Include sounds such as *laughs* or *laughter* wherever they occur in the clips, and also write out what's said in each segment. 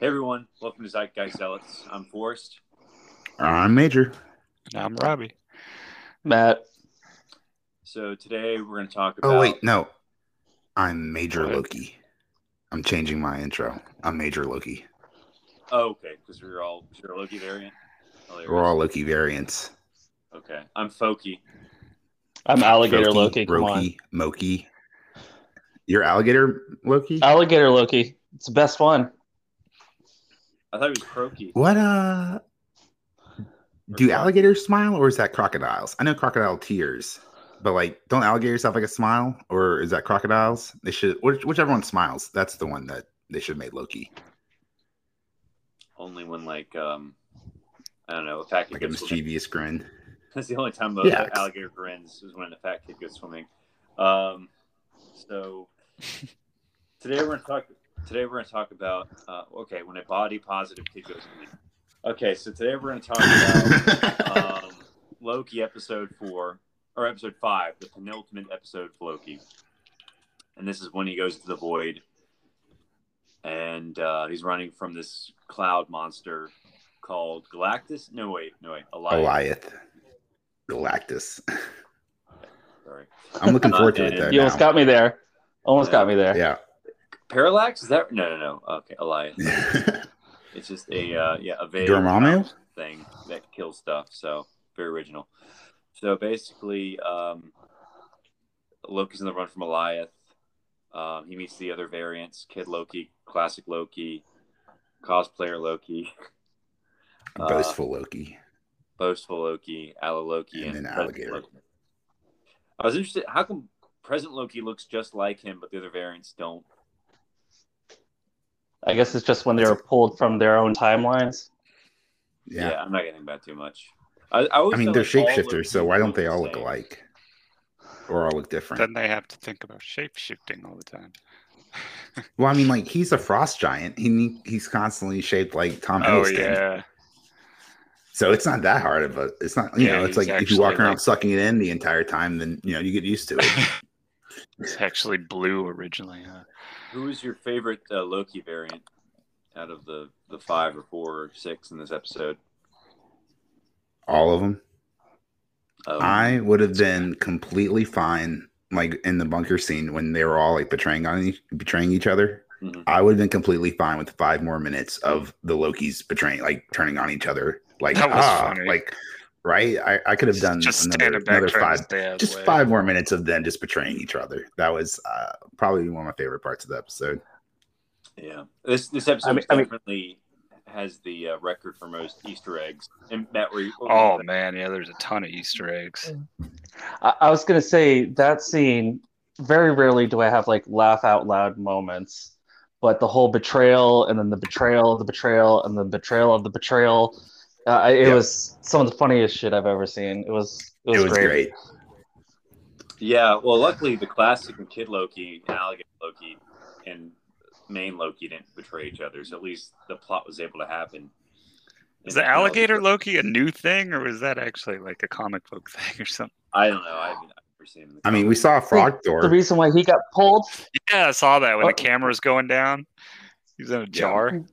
Hey everyone, welcome to Zeitgeist Zealots. I'm Forrest. I'm Major. I'm Robbie. Matt. So today we're going to talk about. Oh wait, no. I'm Major What? Loki. I'm changing my intro. I'm Major Loki. Oh, okay, because we were all is there a Loki variant. Oh, Hilarious. We're all Loki variants. Okay, I'm Foki. *laughs* I'm Alligator Loki. Come on. Roki, Moki. You're alligator Loki? Alligator Loki. It's the best one. I thought it was Croaky. What uh do alligators smile or is that crocodiles? I know crocodile tears, but like don't alligators have like a smile or is that crocodiles? They should which, whichever one smiles, that's the one that they should have made Loki. Only when like um, I don't know, a fat kid Like a goes swimming. *laughs* mischievous grin. That's the only time the Yeah, the it's- alligator grins is when the fat kid goes swimming. Um, *laughs* so today we're going to talk. Today we're going to talk about uh, okay when a body positive kid goes swimming. Okay, so today we're going to talk about. *laughs* Uh, um, Loki episode four or episode five, the penultimate episode of Loki, and this is when he goes to the void, and uh, he's running from this cloud monster called Galactus. No wait, no wait, Elias. Goliath. Galactus. Sorry, I'm looking forward to it And though. You almost got me there. Almost got me there. now. Parallax? Is that no, no, no? Okay, Elias. Yeah. It's just a uh, yeah a vague Dormammu? thing that kills stuff. So very original. So basically, um, Loki's in the run from Eliath. Um, he meets the other variants: Kid Loki, Classic Loki, Cosplayer Loki, Uh, Boastful Loki. Boastful Loki, Allo Loki, And then Present Alligator. Loki. I was interested. How come present Loki looks just like him, but the other variants don't? I guess it's just when they were pulled from their own timelines. Yeah. I'm not getting about too much. I, I, always I mean, felt they're like all shapeshifters, so Lokis why don't they all the look same. alike? Or all look different? Then they have to think about shape shifting all the time. Well, I mean, like he's a frost giant. He ne- he's constantly shaped like Tom Oh Hiddleston. yeah, So it's not that hard of a. It's not you Yeah, know. It's he's like if you walk actually, around like- sucking it in the entire time, then you know you get used to it. *laughs* it's actually blue originally. Huh? Who is your favorite uh, Loki variant out of the, the five or four or six in this episode? all of them. Um, I would have been completely fine, like in the bunker scene when they were all like betraying on each, betraying each other. Mm-hmm. Mhm. I would have been completely fine with five more minutes of the Loki's betraying, like turning on each other, like That was ah, funny. like right. I, I could have done just another, standing back another trying five, to stay out of just the way. five more minutes of them just betraying each other. That was uh, probably one of my favorite parts of the episode. yeah, this this episode I mean- I mean- definitely has the uh, record for most Easter eggs. And Matt, were you? Oh man, yeah, there's a ton of Easter eggs. I, I was gonna say that scene. Very rarely do I have like laugh out loud moments, but the whole betrayal and then the betrayal of the betrayal and the betrayal of the betrayal. Uh, I- it Yeah. was some of the funniest shit I've ever seen. It was it was, it was great. great. yeah. Well, luckily the classic and Kid Loki, and Alligator Loki, and main Loki didn't betray each other. So at least the plot was able to happen. Is the alligator Loki a new thing, or was that actually like a comic book *laughs* thing or something? I don't know. I haven't I've never seen him. in the I mean, we saw a frog The door. reason why he got pulled Yeah, I saw that when Oh. the camera's going down. He's in *laughs* a jar.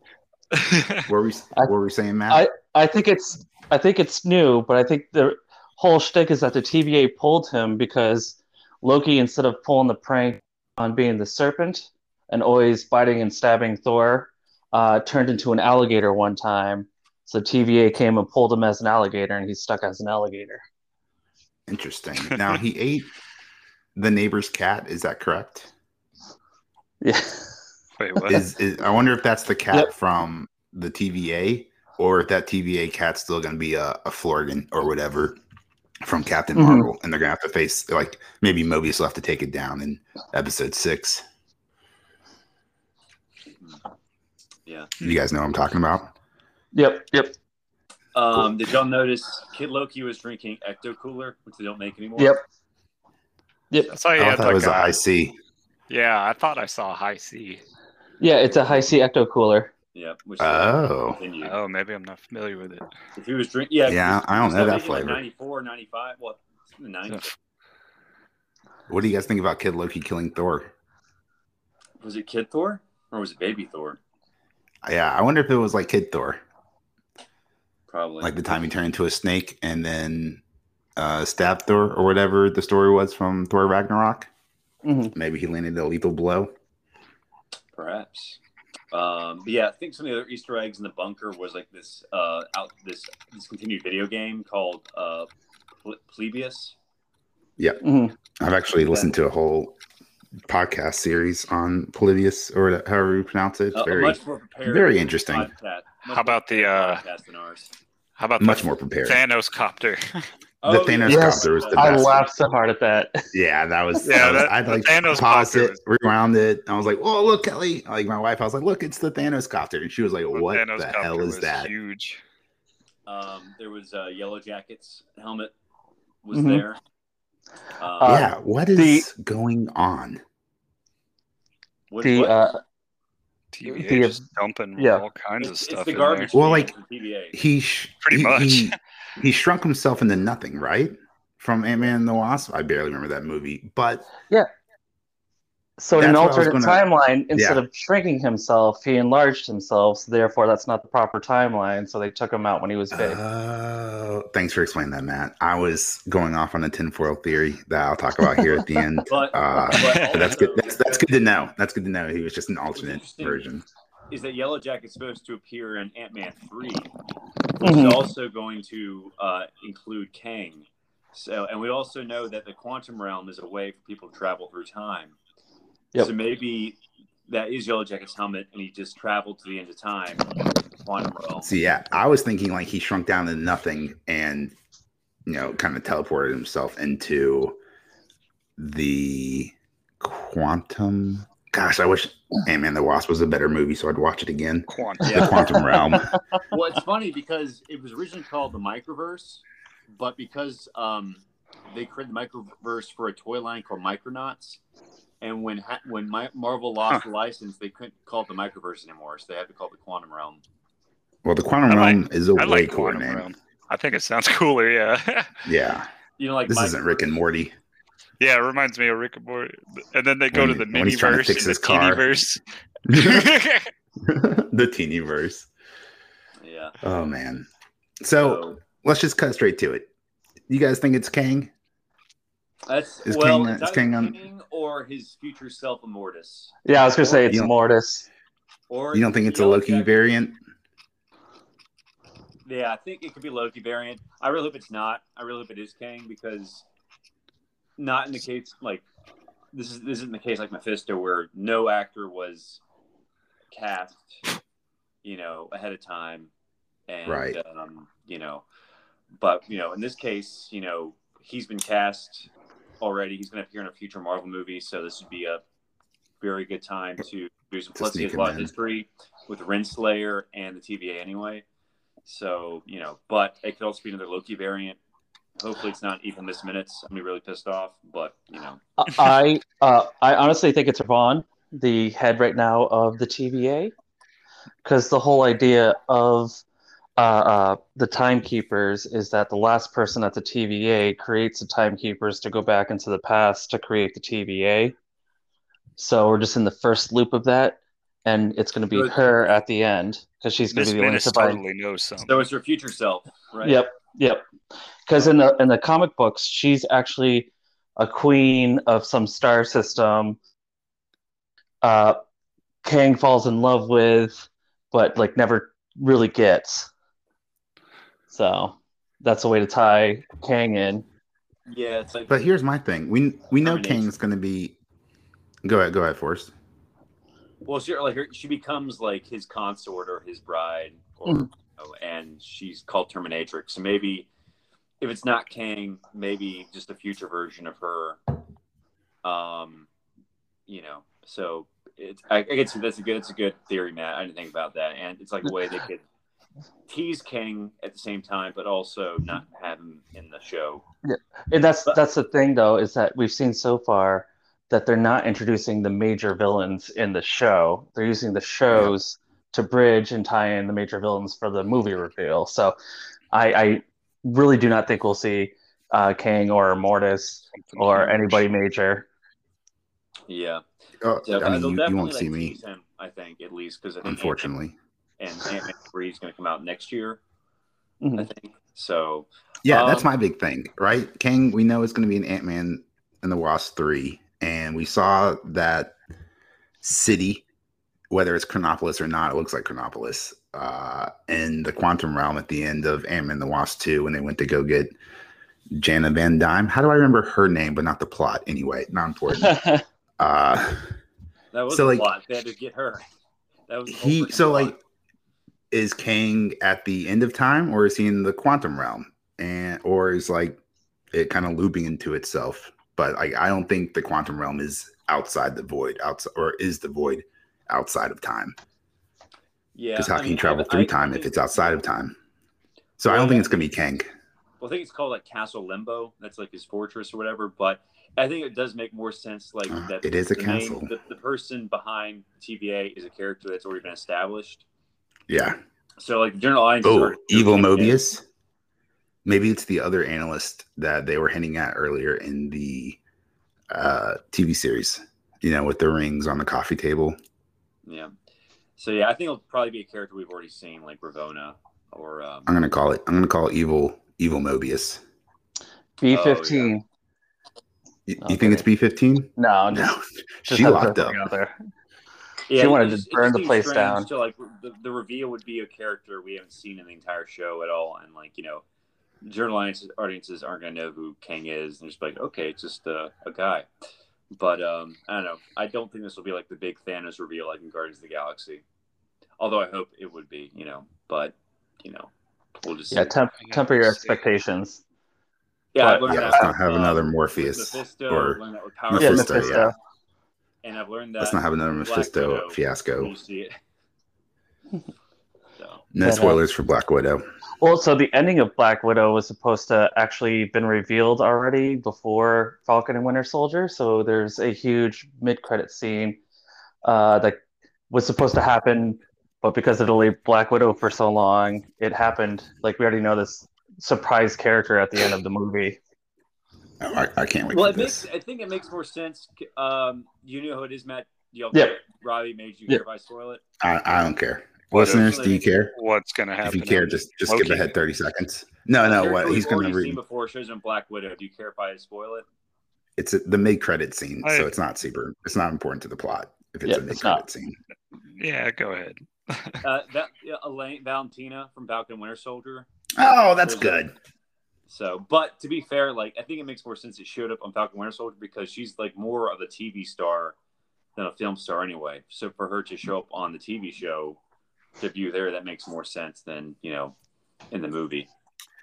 Were we? I- Were we saying Matt? I think it's I think it's new, but I think the whole shtick is that the TVA pulled him because Loki, instead of pulling the prank on being the serpent and always biting and stabbing Thor, uh, turned into an alligator one time. So TVA came and pulled him as an alligator, and he's stuck as an alligator. Interesting. Now he ate the neighbor's cat. Is that correct? Yeah, Wait, what? Is, is I wonder if that's the cat Yep. from the TVA, or if that TVA cat's still going to be a, a Floridan or whatever from Captain Mhm. Marvel, and they're going to have to face like maybe Mobius will have to take it down in Episode Six. Yeah. you guys know what I'm talking about. *laughs* yep, yep, Um, did y'all notice Kid Loki was drinking Ecto Cooler, which they don't make anymore? yep. I saw you Oh, I had thought like it was a- a high C. yeah, I thought I saw a high C. Yeah, it's a high C ecto cooler. Yep. Which Oh, continue. Oh, maybe I'm not familiar with it. If he was drinking, yeah. if he Yeah, was- I don't was know that that making, like, flavor. 94, 95, what? it's in the 90s. what do you guys think about Kid Loki killing Thor? Was it Kid Thor or was it Baby Thor? Yeah, I wonder if it was like Kid Thor, Probably. like the time he turned into a snake and then uh, stabbed Thor or whatever the story was from Thor Ragnarok. Mhm. Maybe he landed a lethal blow. Perhaps. Um, but yeah, I think some of the other Easter eggs in the bunker was like this uh, out this discontinued video game called uh, Ple- Plebeius. Mhm. I've actually listened to a whole podcast series on Polybius or however you pronounce it. It's Uh, Uh, A- a very, much more prepared very interesting. podcast. much How about the, uh, more podcast than ours? How about much the more prepared. Thanos copter? The Oh, Thanos yeah. copter was the I best. laughed so hard at that. Yeah, that was. Yeah, that was- that- I'd the like Thanos paused copter it, rewound it. I was like, "Oh, look, Kelly!" Like my wife, I was like, "Look, it's the Thanos copter," and she was like, "What Thanos the copter hell was is that?" Huge. Um, there was uh, Yellow Jackets helmet was Mhm. there. Um, Uh, yeah, what is going on? what- The what- uh, TVA The- just dumping yeah. all it's, kinds of it's stuff. the in garbage. there. Well, man like- from TBA. He sh- Pretty he- much. *laughs* he, he shrunk himself into nothing, right? From Ant Man and the Wasp. I barely remember that movie, but so in an That's what I was alternate gonna- timeline, instead Yeah. of shrinking himself, he enlarged himself. So therefore, that's not the proper timeline. So they took him out when he was big. uh, thanks for explaining that, Matt. I was going off on a tinfoil theory that I'll talk about here at *laughs* the end. *laughs* But, Uh, but but *laughs* that's good. also- That's, that's good to know. That's good to know. He was just an alternate Interesting. version. is that Yellow Jacket's supposed to appear in Ant Man 3, which Mhm. is also going to uh, include Kang. So, and we also know that the quantum realm is a way for people to travel through time. Yep. So maybe that is Yellow Jacket's helmet, and he just traveled to the end of time, the quantum *laughs* realm. So yeah, I was thinking like he shrunk down to nothing and you know kind of teleported himself into the quantum. Gosh, I wish Ant Man the Wasp was a better movie, so I'd watch it again. Quantum. The quantum *laughs* realm. well, it's funny because it was originally called the Microverse, but because um, they created the Microverse for a toy line called Micronauts, and when ha- when Mi- Marvel lost the license, they couldn't call it the Microverse anymore, so they had to call it the Quantum Realm. Well, the quantum I like- realm is a way I like cooler Quantum name. Realm. I think it sounds *laughs* cooler. Yeah. Yeah, You know, like this isn't Rick and Microverse. Morty. *laughs* yeah. It reminds me of Rick and Morty. And then they go When- to the when he's trying to miniverse fix and the his car. *laughs* *laughs* teenyverse. the teeny verse. Yeah. Oh man. So let's just cut straight to it. You guys think it's Kang? So that's Is well, Kang- it's is either Kang on- Kang or his future self, Immortus. Yeah, I was gonna say it's You don't- Mortis. Or You don't think it's a Yellow Loki Jacket- variant? Yeah, I think it could be Loki variant. I really hope it's not. I really hope it is Kang because not in the case like this is this isn't the case like Mephisto where no actor was cast, you know, ahead of time, and Right. um, you know, but you know, in this case, you know, he's been cast already. He's going to appear in a future Marvel movie, so this would be a very good time to do some. To Plus, he sneak has a him lot of in. history with Renslayer and the TVA anyway. So, you know, but it could also be another Loki variant. Hopefully it's not equal miss minutes. I'm gonna be really pissed off, but you know. I uh, I honestly think it's Ravon, the head right now of the TVA, because the whole idea of uh, uh, the timekeepers is that the last person at the TVA creates the timekeepers to go back into the past to create the TVA. So we're just in the first loop of that, and it's going to be Good. her at the end because she's going Miss to be the only Minutes survivor. totally knows something. So it's your future self, right? Yep, yep. Because in the in the comic books, she's actually a queen of some star system. Uh, Kang falls in love with, but like never really gets. So that's a way to tie Kang in. Yeah, it's like But here's my thing. We we know Termination. Kang's going to be. Go ahead, go ahead, Forrest. well she like her, she becomes like his consort or his bride or Mm-hmm. oh, and she's called Terminatrix. So maybe if it's not Kang, maybe just a future version of her. Um you know, so it's I, I guess that's a good it's a good theory, Matt. I didn't think about that. And it's like a way they could tease Kang at the same time, but also not have him in the show. And that's But- that's the thing though is that we've seen so far that they're not introducing the major villains in the show. They're using the shows to bridge and tie in the major villains for the movie reveal. So I, I really do not think we'll see uh, Kang or Mortis Something or huge. anybody major. Yeah. Oh, So, I mean, they'll Uh, you, you definitely, won't like, see me, tease Him, I think at least because unfortunately. and Ant-Man three is going to come out next year, I Mm-hmm. *laughs* Mhm. think. So Yeah, that's Um, my big thing, right? Kang, we know it's going to be an Ant Man and the Wasp 3. And we saw that city, whether it's Chronopolis or not, it looks like Chronopolis, uh, in the quantum realm at the end of Ant Man and the Wasp 2 when they went to go get Jana Van Dyne. How do I remember her name, but not the plot? Anyway, not *laughs* important. uh, that was So, a like- lot. They had to get her. That was the whole he freaking so plot. like is Kang at the end of time or is he in the quantum realm and or is like it kind of looping into itself but like I don't think the quantum realm is outside the void outside or is the void outside of time yeah. because how I can mean, you travel I- through I time if think- it's outside of time so I Well, don't think yeah. it's gonna be Kang Well, I think it's called like Castle Limbo. That's like his fortress or whatever. But I think it does make more sense like Uh, that. it is a the main- castle. the, the person behind TVA is a character that's already been established. yeah So like the general audience. is oh already- evil Mobius maybe it's the other analyst that they were hinting at earlier in the uh TV series you know with the rings on the coffee table Yeah. So yeah, I think it'll probably be a character we've already seen, like Ravona or um, I'm gonna call it. I'm gonna call it evil. Evil Mobius. B fifteen. You, Oh, you think it's B15? No, just, No, just she have locked her up. out there. yeah, She wanted it to just- it burn just the seems place strange down. To, like the, the reveal would be a character we haven't seen in the entire show at all, and like you know, general audiences, audiences aren't gonna know who Kang is, and just like okay, it's just uh, a guy. But um, I don't know. I don't think this will be like the big Thanos reveal like in Guardians of the Galaxy. Although I hope it would be, you know. But you know, we'll just Yeah, see. temp- Yeah, temper your let's see. expectations. yeah. I've but- learned Yeah, that let's not with, have uh, another with Morpheus Mephisto, I've or learned that with Power Mephisto. Yeah, Rangers, Mephisto. yeah. and I've learned that. let's not have another Black Mephisto Widow. fiasco. We'll see it. *laughs* So, No Yeah, no. spoilers for Black Widow. Well, so the ending of Black Widow was supposed to actually been revealed already before Falcon and Winter Soldier. So there's a huge mid-credit scene uh, that was supposed to happen, but because it delayed Black Widow for so long, it happened. Like we already know this surprise character at the end of the movie. Oh, I, I can't wait well, for it this. makes. I think it makes more sense. Um, you know who it is, Matt. You know, Yeah. Robbie made you Yeah. care if I spoil it. I, I don't care. What Listeners, if- do you care? What's gonna If happen? you care, just just Loki. skip ahead 30 seconds. No, no, Character what we've he's gonna already read. seen before shows in Black Widow. Do you care if I spoil it? It's the mid credit scene, I- so it's not super. It's not important to the plot if it's Yeah, a mid it's not. credit scene. Yeah, go *laughs* ahead. *laughs* Uh, that yeah, Elaine Valentina from Falcon Winter Soldier. Oh, that's There's a- good. So, but to be fair, like I think it makes more sense it showed up on Falcon Winter Soldier because she's like more of a TV star than a film star anyway. So for her to show up on the TV show to view there, that makes more sense than you know in the movie.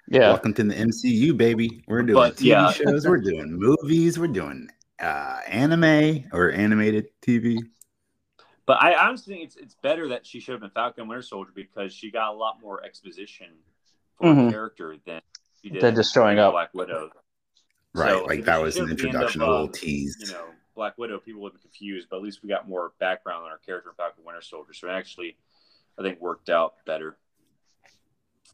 Yeah, Welcome to the MCU, baby. We're doing But, TV yeah. shows, we're doing movies, we're doing uh, anime or animated TV. But I honestly think it's it's better that she showed up in Falcon Winter Soldier because she got a lot more exposition for her Mhm. character than she did Than just showing up. Black Widow. Right, So, like if that she was showed an up at the end introduction, a of, little um, tease. you know, Black Widow, people would be confused, but at least we got more background on our character in Falcon Winter Soldier. So it actually, I think, worked out better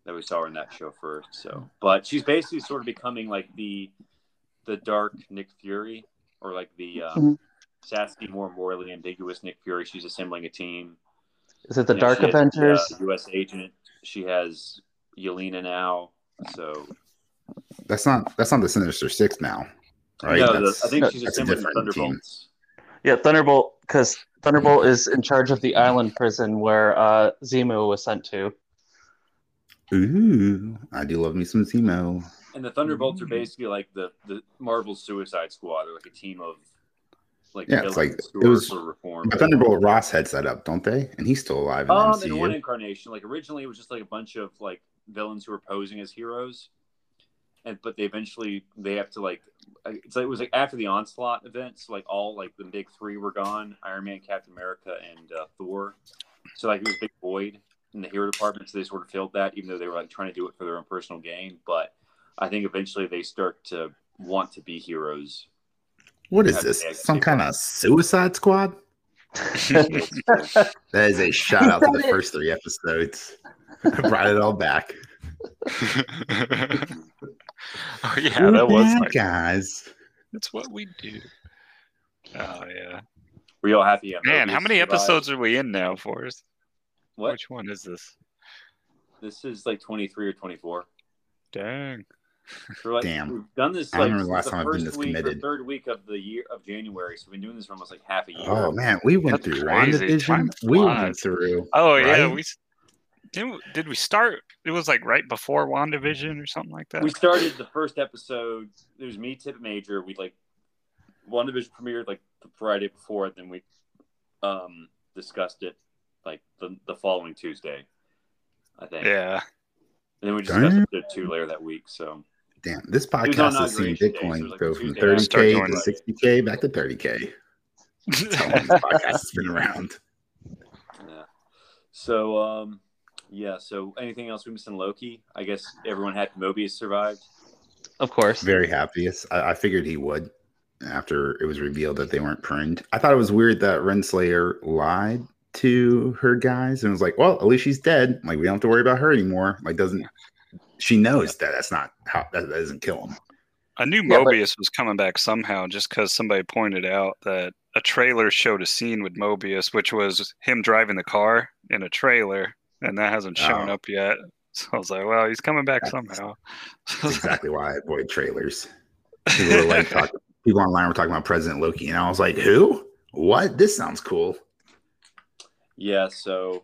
that we saw her in that show first. So, but she's basically sort of becoming like the the dark Nick Fury or like the um, Mhm. sassy, more morally ambiguous Nick Fury. She's assembling a team. is it the You know, Dark she has, Avengers? uh, U.S. agent. She has Yelena now. So that's not that's not the Sinister Six now, right? no, the, that's, I think she's that's a assembling the different team. Thunderbolts. Yeah, Thunderbolt, because Thunderbolt is in charge of the island prison where uh, Zemo was sent to. ooh, I do love me some Zemo. And the Thunderbolts Mm-hmm. are Mm. basically like the the Marvel Suicide Squad. They're like a team of like Yeah, it's villains like- who it are was- for reform. But Thunderbolt Ross heads that up, don't they? And he's still alive in the Um, in one MCU. incarnation, like originally it was just like a bunch of like villains who were posing as heroes, and but they eventually they have to like it's like it was like after the onslaught event, so like all like the big three were gone: Iron Man, Captain America, and uh, Thor. So like it was a big void in the hero department, so they sort of filled that, even though they were like trying to do it for their own personal gain. But I think eventually they start to want to be heroes. What is Okay, this? I Some see. kind of Suicide Squad? That *laughs* is a shout out to the first three episodes. I brought it all back. oh yeah, that was bad like guys. that's what we do. Oh yeah, Were you all uh, happy? man! How many Mobius survived? episodes are we in now, Forrest? What? Which one is this? This is like 23 or 24. Dang. We're like, Damn. We've done this I like remember the since last the time I've been first this week committed. or third week of the year of January. So we've been doing this for almost like half a year. Oh man, we went That's through crazy. Time WandaVision. We went flies. through. Oh yeah, Right? we s- did. we- Did we start? It was like right before Wandavision or something like that. We started the first episode. It was me, Tip Major. We like one division premiered like the Friday before, then we um discussed it like the, the following Tuesday, I think. *laughs* yeah. And then we discussed Damn. it two later that week. So Damn, this on podcast has seen inauguration day, so it Bitcoin was like go a from Tuesday. thirty Start k doing to that. sixty k back to thirty k. That's how long this podcast has been around. yeah. So um yeah, so anything else we missed in Loki? I guess everyone had Mobius survived. Of course. Very happy. I, I figured he would after it was revealed that they weren't pruned. I thought it was weird that Renslayer lied to her guys and was like, "Well, at least she's dead. Like we don't have to worry about her anymore." Like doesn't she knows that that's not how that, that doesn't kill him. I knew Yeah, but- Mobius was coming back somehow just because somebody pointed out that a trailer showed a scene with Mobius, which was him driving the car in a trailer, and that hasn't shown Oh. up yet. So I was like, well, he's coming back That's- somehow. *laughs* That's exactly why I avoid trailers. People were like talk, people online were talking about President Loki, and I was like, "Who? What? This sounds cool." Yeah, so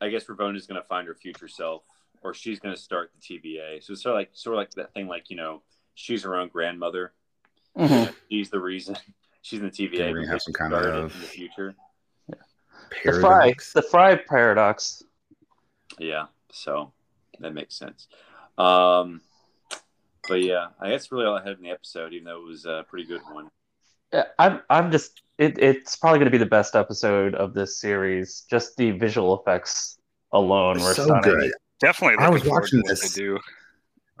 I guess Ravona's gonna find her future self, or she's gonna start the TBA. So it's sort of like sort of like that thing, like you know, she's her own grandmother. Mhm. She's the reason. *laughs* She's in the TVA. Can we because Mm-hmm. have she some kind started of- in the future? The fry, Paradox. the fry paradox. Yeah, so that makes sense. Um, but yeah, I guess really all I had in the episode, even though it was a pretty good one. Yeah, I'm. I'm just. It, it's probably going to be the best episode of this series. Just the visual effects alone were so stunning. good. Definitely. I was looking forward watching to what they this. do.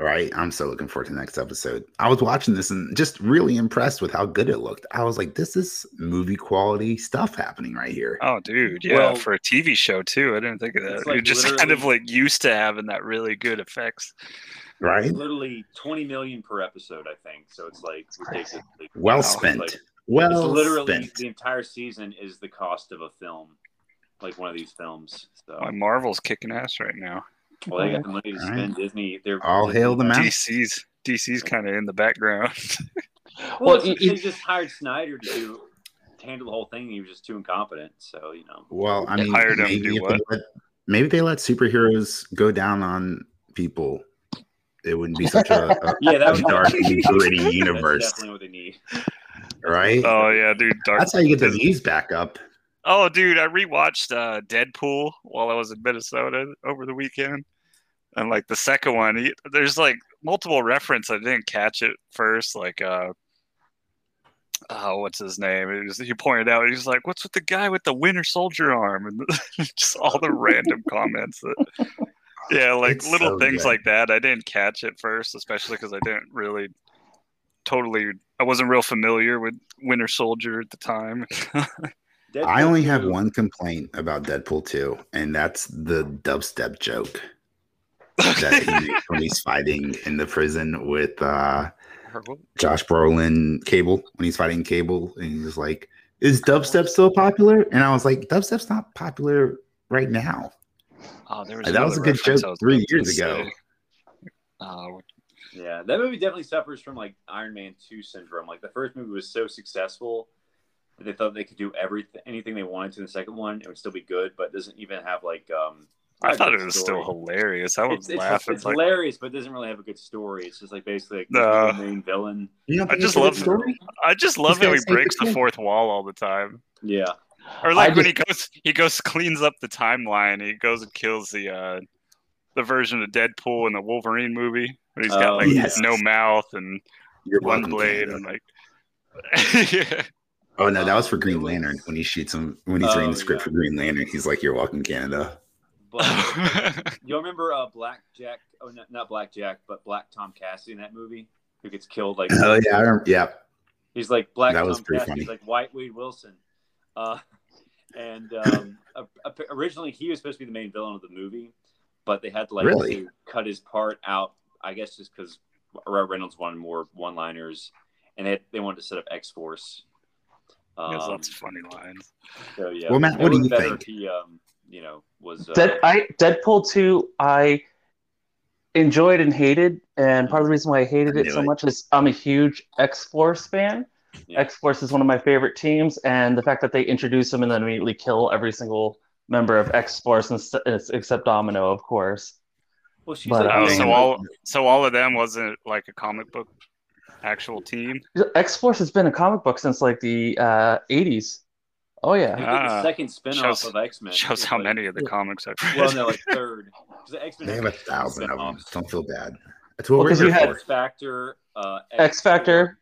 All right. I'm so looking forward to the next episode. I was watching this and just really impressed with how good it looked. I was like, this is movie quality stuff happening right here. Oh, dude, yeah, Well- for a TV show too. I didn't think of that. It's You're like just *laughs* kind of like used to having that really good effects. Right? Literally 20 million per episode, I think. So it's like ridiculously Well Wow. spent. Like, it's Oh. well literally spent. the entire season is the cost of a film, like one of these films. So My Uh, Marvel's kicking ass right now. well, they got the money to All spend. Disney, they're All hail the mountain. DC's DC's kind of in the background. *laughs* Well, Well, they it- it- just hired Snyder to do to handle the whole thing. and He was just too incompetent. So you know, Well, I mean, hired him to maybe, do if what? They let, maybe they let superheroes go down on people. It wouldn't be such a, *laughs* a yeah, that was dark and gritty That's universe, definitely what they need. right? oh yeah, dude, Dark That's how you get the views back up. Oh, dude, I rewatched uh, Deadpool while I was in Minnesota over the weekend, and like the second one, he, there's like multiple reference. I didn't catch it first, like uh, oh, what's his name? It was, he pointed out, he's like, "What's with the guy with the Winter Soldier arm?" and *laughs* just all the random comments. That, yeah, like It's so little things good. like that. I didn't catch it first, especially because I didn't really totally. I wasn't real familiar with Winter Soldier at the time. I only Deadpool have two- one complaint about Deadpool 2, and that's the dubstep joke *laughs* that *laughs* he makes when he's fighting in the prison with uh, Josh Brolin Cable. When he's fighting Cable, and he's like, Is dubstep still popular? And I was like, Dubstep's not popular right now. Oh, there was That was another a good reference joke I was three about to years ago. say. Oh, Yeah, that movie definitely suffers from like Iron Man two syndrome. Like the first movie was so successful that they thought they could do everything, anything they wanted to in the second one, it would still be good, but it doesn't even have like um. I a thought good it was story. still hilarious. I was It's, it's, laughing. it's like, hilarious, but it doesn't really have a good story. It's just like basically like Nah. the main villain. You don't I think it's just a good love- story? I just He's love how gotta he save the breaks the kid. fourth wall all the time. Yeah, Or like I when he just- goes, he goes cleans up the timeline. He goes and kills the uh, the version of Deadpool in the Wolverine movie. Where he's got Oh, like yes. no mouth and You're one welcome, blade Canada. and like. *laughs* yeah. Oh no, that was for It Green was- Lantern when he shoots him when he's Oh, reading the script yeah. for Green Lantern. He's like, "You're welcome, Canada." *clears throat* but *laughs* You remember uh, Black Jack? Oh, no, not Black Jack, but Black Tom Cassidy in that movie, who gets killed. Like Oh yeah, I remember, yeah. he's like Black. That Tom was pretty Cassidy's funny. Like White Wade Wilson, uh, and um, *laughs* a- a- originally he was supposed to be the main villain of the movie, but they had to like Really? to cut his part out. I guess just because Ryan Reynolds wanted more one-liners, and they they wanted to set up X Force. He has Um, lots of funny lines. so yeah. Well, Matt, It what do was you better think? if He, um, you know was uh, Dead, I Deadpool two I enjoyed and hated, and part of the reason why I hated I it so knew it. much is I'm a huge X Force fan. Yeah. X Force is one of my favorite teams, and the fact that they introduce them and then immediately kill every single member of X Force except Domino, of course. well she's but, like, Oh, um, so all so all of them wasn't like a comic book actual team. X Force has been a comic book since like the uh, 80s. Oh I yeah, think the Ah. second spin-off Shows- of X-Men Shows is how like- many of the comics I've read. Well, no, like third. 'Cause the X-Men They have a thousand of them. spin-offs. Don't feel bad. That's what Well, we're 'cause you here had- for. X Factor, uh, X Factor.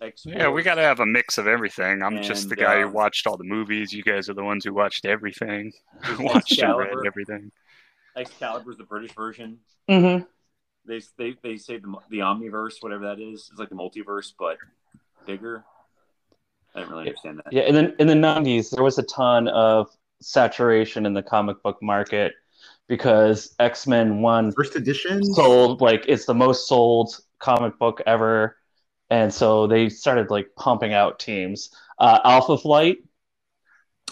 X. *laughs* yeah, we got to have a mix of everything. I'm just the And, guy who um, watched all the movies. You guys are the ones who *laughs* watched everything, *laughs* watched and read Excalibur. everything. Excalibur's the British version. Mm-hmm. They they they say the the Omniverse, whatever that is. It's like the multiverse, but bigger. I don't really understand that. Yeah, and then in the 90s there was a ton of saturation in the comic book market because X Men One First edition. sold like it's the most sold comic book ever and so they started like pumping out teams uh alpha flight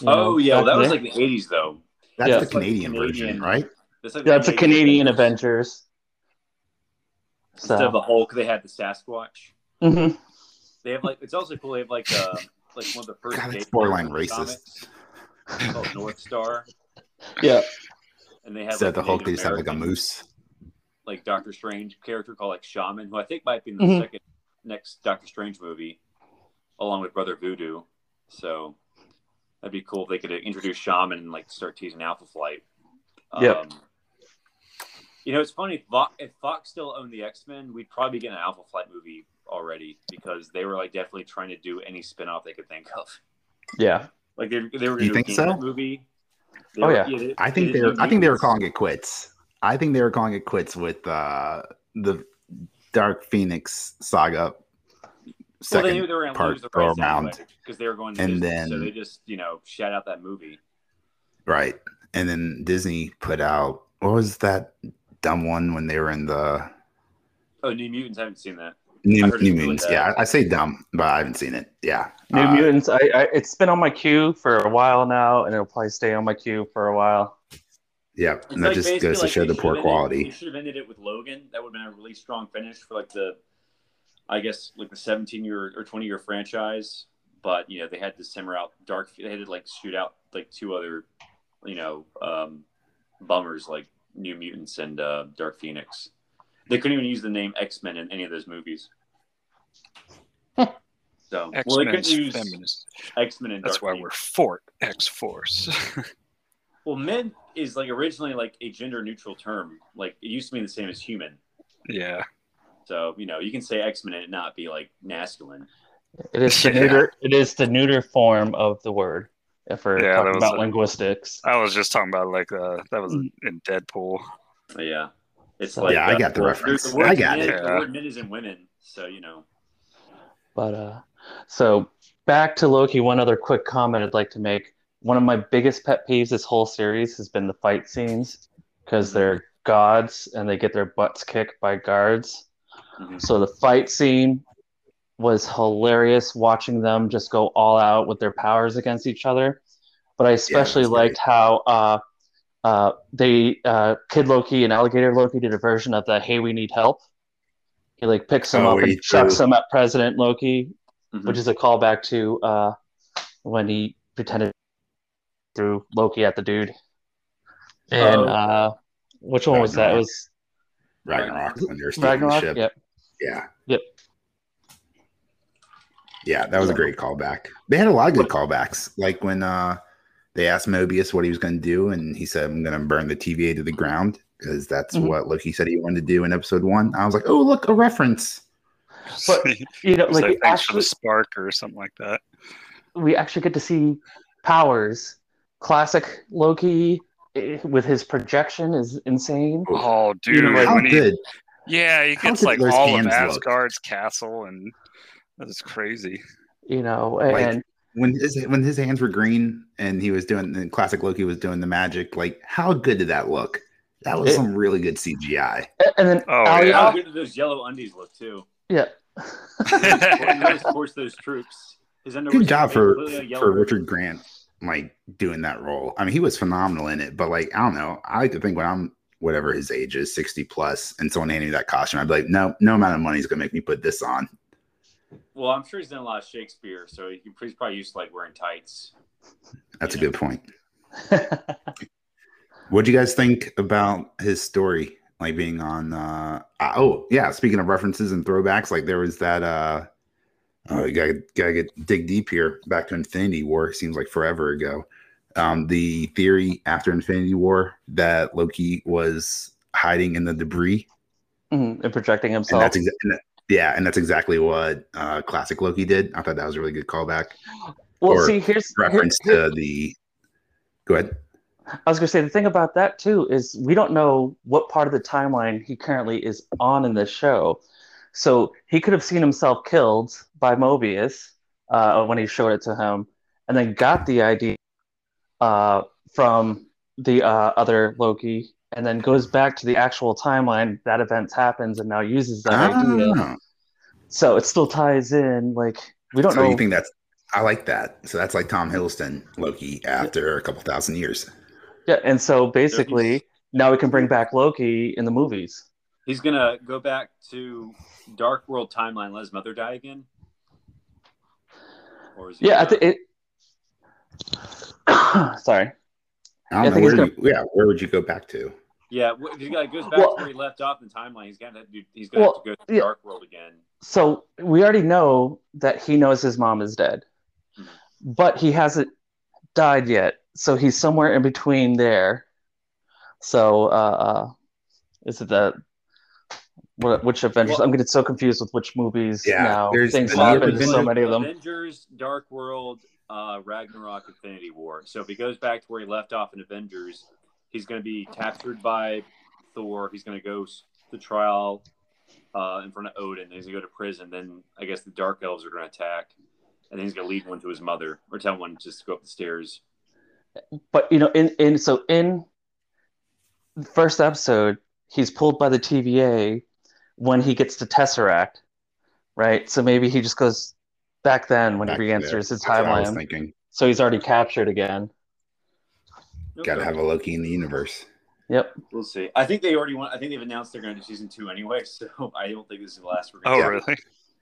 you Oh know, yeah, back that was then. like the '80s though. That's yeah. the It's like Canadian, version, Canadian. right? That's like the that's a canadian avengers Instead of the so Hulk, they had the Sasquatch. mhm. They have like it's also cool. They have like uh like one of the first. God, that's Dave borderline Gibbons racist. comics called North Star, *laughs* yeah and they have Instead of the like, Hulk, Native they just have like a American- moose. like Doctor Strange character called like Shaman, who I think might be in the Mhm. second next Doctor Strange movie, along with Brother Voodoo. So that'd be cool if they could introduce Shaman and like start teasing Alpha Flight. Um, Yep. You know, it's funny. if Fo- If Fox still owned the X Men, we'd probably get an Alpha Flight movie already because they were like definitely trying to do any spin off they could think of. yeah Like they, they were You going to do think a Gambit so? movie. They Oh, were- yeah. they- I think did they were. I think they were mutants. calling it quits. I think they were calling it quits with uh, the Dark Phoenix saga. Well, Second, they knew they were going to part lose the rights go around. because they were going to And Disney, then- so they just you know shout out that movie. right? And then Disney put out what was that dumb one when they were in the Oh, New Mutants, I haven't seen that. New, I heard it New was really Mutants. bad. yeah, I, I say dumb, but I haven't seen it. Yeah, new Uh, mutants I, I it's been on my queue for a while now and it'll probably stay on my queue for a while Yeah, and that just goes to show the poor You quality. should have ended it with Logan. That would have been a really strong finish for like the, I guess like the seventeen year or twenty year franchise. But you know they had to simmer out Dark. They had to like shoot out like two other, you know, um, bummers like New Mutants and uh, Dark Phoenix. They couldn't even use the name X Men in any of those movies. So X well, they Men's couldn't use feminist. X Men and That's Dark why Phoenix. we're for X Force. Well, men is like originally like a gender neutral term. Like it used to mean the same as human. *laughs* yeah, So you know you can say X Men and it not be like masculine. it is the *laughs* Yeah. neuter it is the neuter form of the word if we're Yeah, that talking was about a- linguistics I was just talking about like uh, that was Mm. in Deadpool. But yeah, it's like Yeah, I got the well, reference. there's the word I got men- it. The word men is in women. So you know, But uh, so back to Loki, one other quick comment I'd like to make. One of my biggest pet peeves this whole series has been the fight scenes because they're gods and they get their butts kicked by guards. Mhm. So the fight scene was hilarious watching them just go all out with their powers against each other. But I especially that's great. liked how uh, uh, they uh, Kid Loki and Alligator Loki did a version of the "Hey, we need help." He like picks him Oh, up he and chucks threw- him at President Loki, Mhm. which is a callback to uh, when he pretended threw Loki at the dude. And Oh. uh, which one was that? It was Ragnarok when they're stealing the Ragnarok. ship. Yep. Yeah. Yep. Yeah, that was a great callback. They had a lot of good callbacks. Like when uh they asked Mobius what he was going to do, and he said, "I'm going to burn the TVA to the ground," because that's Mhm. what Loki said he wanted to do in Episode One. I was like, "Oh, look, a reference." *laughs* But, It's You know, like like, we thanks for actually, the spark or something like that. we actually get to see powers. Classic Loki eh, with his projection is insane. Oh, dude, know, like- How when he- did? yeah, he how gets good like those all of hands look. Asgard's castle, and *laughs* that's crazy. *laughs* You know, Like- and when his when his hands were green and he was doing the classic Loki was doing the magic, like how good did that look? That was It- some really good CGI. and then Oh, Alia- how good do those yellow undies look too? yeah. Oh, Of course, those troops. His underwear Good job for completely yellow. for Richard Grant like doing that role. I mean, he was phenomenal in it, but like I don't know. I like to think when I'm whatever his age is, sixty plus, and someone handed me that costume, I'd be like, no, no amount of money is gonna make me put this on. Well, I'm sure he's done a lot of Shakespeare, so he- he's probably used to like wearing tights. That's Yeah. a good point. *laughs* What do you guys think about his story? Like being on uh uh, oh yeah, speaking of references and throwbacks, like there was that uh oh you gotta gotta get dig deep here back to Infinity War, seems like forever ago. Um the theory after Infinity War that Loki was hiding in the debris. Mhm, and projecting And himself. that's exa- and that- yeah, and that's exactly what uh classic Loki did. I thought that was a really good callback. well, or see, here's Reference here- to the go ahead. I was gonna say the thing about that too is we don't know what part of the timeline he currently is on in this show, so he could have seen himself killed by Mobius uh, when he showed it to him, and then got the idea uh, from the uh, other Loki, and then goes back to the actual timeline that event happens, and now uses that idea. Ah. So it still ties in. Like we don't so know. you think that's I like that. So that's like Tom Hiddleston Loki after a couple thousand years. yeah, and so basically now we can bring back Loki in the movies. He's gonna go back to Dark World timeline. Let his mother die again. Or is he Yeah, I gonna- think it. *coughs* I Sorry. Yeah, I don't think know where it's do you, yeah, where would you go back to? yeah. wh- If he like, goes back Well- to where he left off in the timeline, he's gonna have to, he's gonna Well, have to go to yeah. Dark World again. So we already know that he knows his mom is dead, Mhm. but he hasn't died yet. So he's somewhere in between there. So uh, uh is it the what, which Avengers? Well- I'm getting so confused with which movies Yeah, now. there's- Things there's happen. There's so Avengers- many of them. Avengers, Dark World, uh, Ragnarok, Infinity War. So if he goes back to where he left off in Avengers, he's going to be captured by Thor. He's going to go s- to trial uh, in front of Odin. Then he's going to go to prison. Then I guess the Dark Elves are going to attack. And then he's going to lead one to his mother or tell one just to go up the stairs. but you know in in so in the first episode he's pulled by the TVA when he gets to Tesseract right so maybe he just goes back then when Back he there. re-enters his That's what I was timeline thinking. so he's already captured again Gotta have a Loki in the universe. yep We'll see. I think they already want. I think they've announced they're going to do season two anyway. *laughs* So I don't think this is the last we're Oh, going to. really?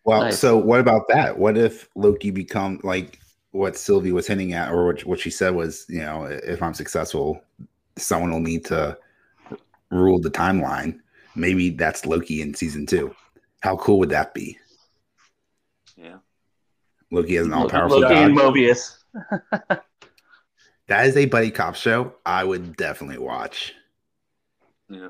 Well, Nice. so what about that? What if Loki become like what Sylvie was hinting at, or what what she said was, you know, if I'm successful, someone will need to rule the timeline. Maybe that's Loki in season two. How cool would that be? Yeah. Loki has an all powerful Loki god. and Mobius That is a buddy cop show I would definitely watch. Yeah.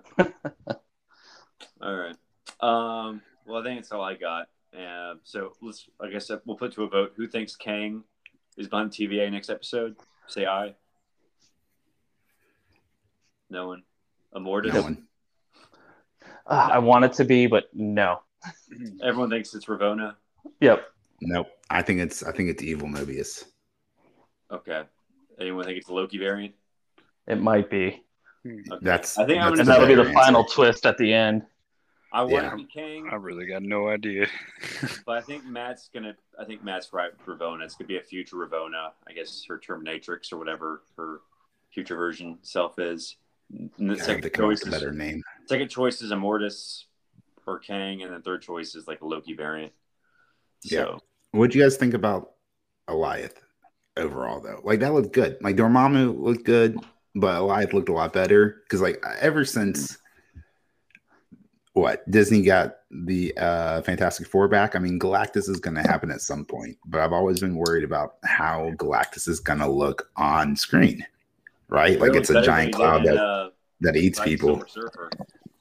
all right. Um, well, I think that's all I got. Um, so let's, like I said, we'll put to a vote who thinks Kang is behind TVA next episode. Say aye. No one. Immortus. No one. Ugh, Ah, I want it to be but no Everyone thinks it's Ravona. yep Nope. I think it's I think it's evil Mobius. Okay. Anyone think it's Loki variant? it might be Okay. That's I think I'm that's gonna- and a that'll be the better final answer. twist at the end I want Yeah. to be Kang, I really got no *laughs* idea. but I think Matt's gonna. I think Matt's right with Ravona. It's gonna be a future Ravona. I guess her Terminatrix or whatever her future version self is. And the I have second to come up choice with a is- better name. Second choice is a Mortis or Kang, and then third choice is like a Loki variant. So What'd you guys think about Eliath overall though? Like that looked good. Like Dormammu looked good, but Eliath looked a lot better. Cause like ever since what Disney got the uh Fantastic Four back, I mean Galactus is gonna happen at some point, but I've always been worried about how Galactus is gonna look on screen. Right? Like Really it's a better giant than he cloud did in, that, uh, that eats Black people. Silver Surfer.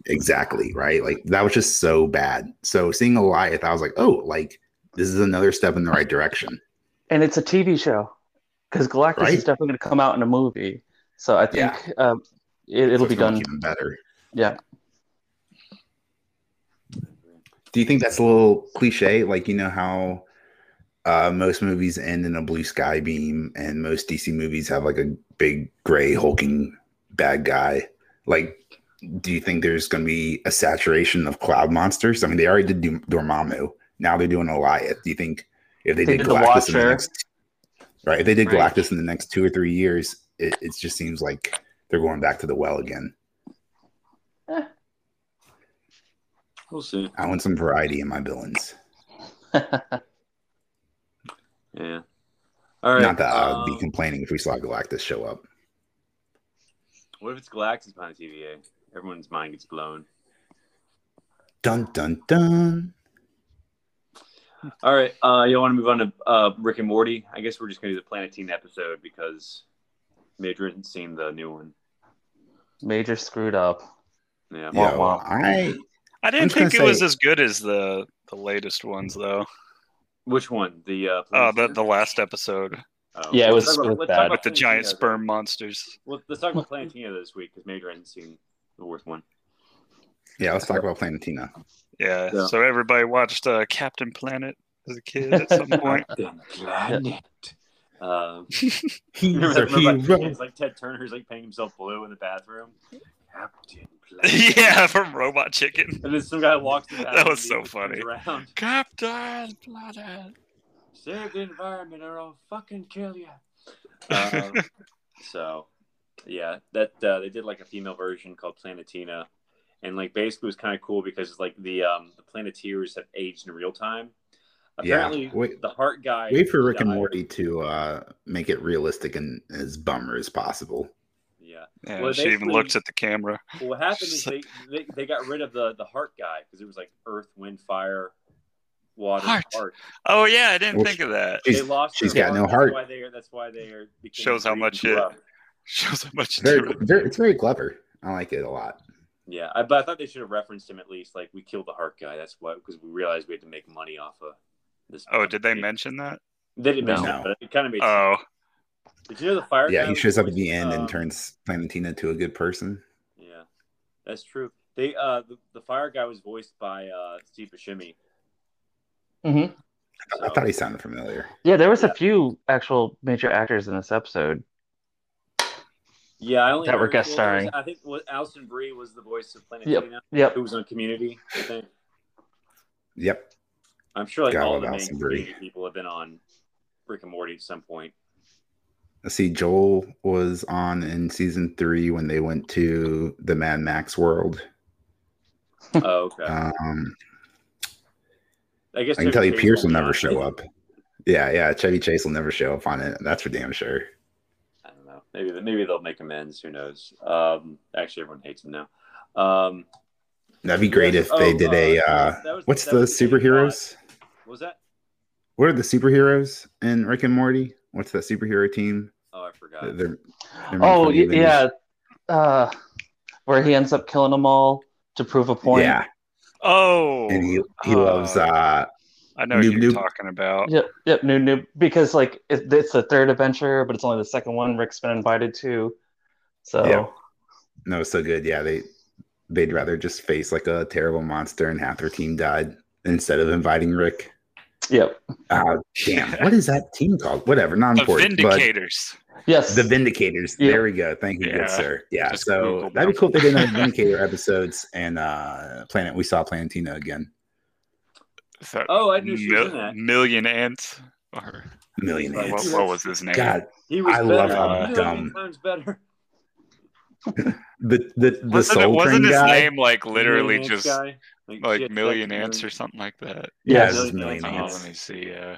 Exactly, right? Like that was just so bad. So seeing Goliath, I was like, oh, like this is another step in the right direction. and it's a TV show because Galactus Right? is definitely going to come out in a movie. So I think um, it, it'll So be it's gonna done. look even better. Yeah. Do you think that's a little cliche? Like, you know how uh most movies end in a blue sky beam and most DC movies have like a big gray hulking bad guy. Like, do you think there's gonna be a saturation of cloud monsters? I mean, they already did Dorm- Dormammu. Now they're doing Goliath. Do you think if they, They did, did The Galactus in the Watcher. next right? If they did Right. Galactus in the next two or three years, it, it just seems like they're going back to the well again. We'll see. I want some variety in my villains. *laughs* Yeah. All right. Not uh, that I'd um, be complaining if we saw Galactus show up. what if it's Galactus behind TVA? Everyone's mind gets blown. Dun dun dun. All right. Uh, you want to move on to uh, Rick and Morty? I guess we're just going to do the Planetine episode because Major hasn't seen the new one. Major screwed up. Yeah. Yo, wow. I I I'm didn't just gonna think it was say- as good as the the latest ones though. Which one? The uh, Oh, the Planetine? the last episode Oh. Yeah, it was- Let's talk it was let's bad. talk with the Planetina giant though. sperm monsters. Well, let's talk about Planetina this week because Major hasn't seen the worst one. yeah, let's talk about Planetina. Yeah. Yeah. So everybody watched uh, Captain Planet as a kid at *laughs* some point. Captain Planet. *laughs* Um, He's remember a that robot- hero. It's like Ted Turner's like painting himself blue in the bathroom. *laughs* Captain Planet. yeah, from Robot Chicken. And then some guy walks. The bathroom was so and he turns funny. Around. Captain Planet. Save the environment, or I'll fucking kill *laughs* you. Um, so, yeah, that uh, they did like a female version called Planetina, and like basically it was kind of cool because it's like the um, the Planeteers have aged in real time. Yeah. Apparently, Wait- the heart guy. Wait for Rick and died. Morty to uh, make it realistic and as bummer as possible. Yeah. Yeah, Well, she even basically- looks at the camera. Well, what happened is So- they, they, they got rid of the the heart guy because it was like earth, wind, fire, water, heart. Heart. Oh yeah, I didn't Well, think of that. They She's- lost. she's their got no heart. That's why they are. That's why they are. became Shows how green much and it- corrupt. *laughs* Shows how much. Very, different- very, it's very clever. I like it a lot. Yeah, I, but I thought they should have referenced him at least. Like we killed the heart guy. That's why because we realized we had to make money off of this. Oh, did they mention that? They didn't mention No. it, but it kind of made. sense. Oh, Did you know the fire? Yeah, guy he was shows up at voiced, the end um, and turns Planetina to a good person. Yeah, that's true. They uh the, the fire guy was voiced by uh Steve Buscemi. Mhm. So, I thought he sounded familiar. Yeah, there was Yeah. a few actual major actors in this episode. yeah, I only that were heard- well, guest there was- starring. I think was Alison Brie was the voice of Planet Yep. who was on Community. I think Yep. I'm sure like God, all the main Alison Brie. Community people have been on Rick and Morty at some point. Let's see. Joel was on in season three when they went to the Mad Max world. Oh, *laughs* okay. Um, I guess I can tell you, Chevy Chase Pierce will won't be on never it. show up. Yeah, yeah. Chevy Chase will never show up on it. That's for damn sure. I don't know. Maybe maybe they'll make amends. Who knows? Um, actually, everyone hates him now. Um, That'd be great if they oh, did a. that Uh, was- that was- what's that the was the same superheroes? what was that? What are the superheroes in Rick and Morty? What's that superhero team? Oh, I forgot. They're, they're Oh y- made from yeah, uh, where he ends up killing them all to prove a point. Yeah, oh, and he he uh, loves uh I know who Noob you're Noob. talking about. Yep. Yep. New. New. Because like it, it's the third adventure, but it's only the second one Rick's been invited to. So Yeah. no it's so good. Yeah, they they'd rather just face like a terrible monster and half their team died instead of inviting Rick. yep. Oh damn, *laughs* what is that team called? Whatever, not The important. but- Vindicators. Yes. The Vindicators. Yeah. There we go. Thank you, Yeah. good sir. Yeah. Just so Google that'd them. be cool if they did another *laughs* Vindicator episodes and uh Planet. We saw Planetina again. Is that Oh, I knew she was in Mil- that. Million Ants. Or Million Like, what, ants. what was his name? God, He was I better. love how He was dumb. times better. the the, the wasn't it, Soul wasn't Train his guy. name like literally Million Ants just guy. like, like she had Million sex Ants or with something like that? Yeah, Yes. this is Million Million Ants. Oh, Ants. let me see. Uh,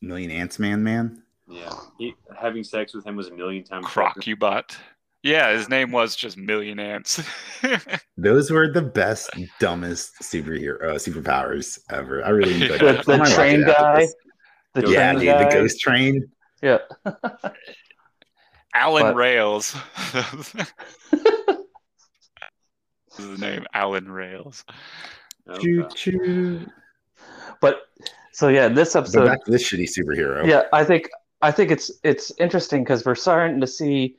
Million Ants Man Man. him. Yeah, he, having sex with him was a million times. better. Crocubot. Yeah, his name was just Million Ants. *laughs* Those were the best, dumbest superhero uh, superpowers ever. I really enjoyed Yeah. it. the, the I might watch train it after guy. this. The Ghost Yeah, train dude, guy. the ghost train. Yeah. Alan But- *laughs* Rails. his name Alan Rails. Okay. Choo choo. But so yeah, this So episode. back to this shitty superhero. Yeah, I think I think it's it's interesting because we're starting to see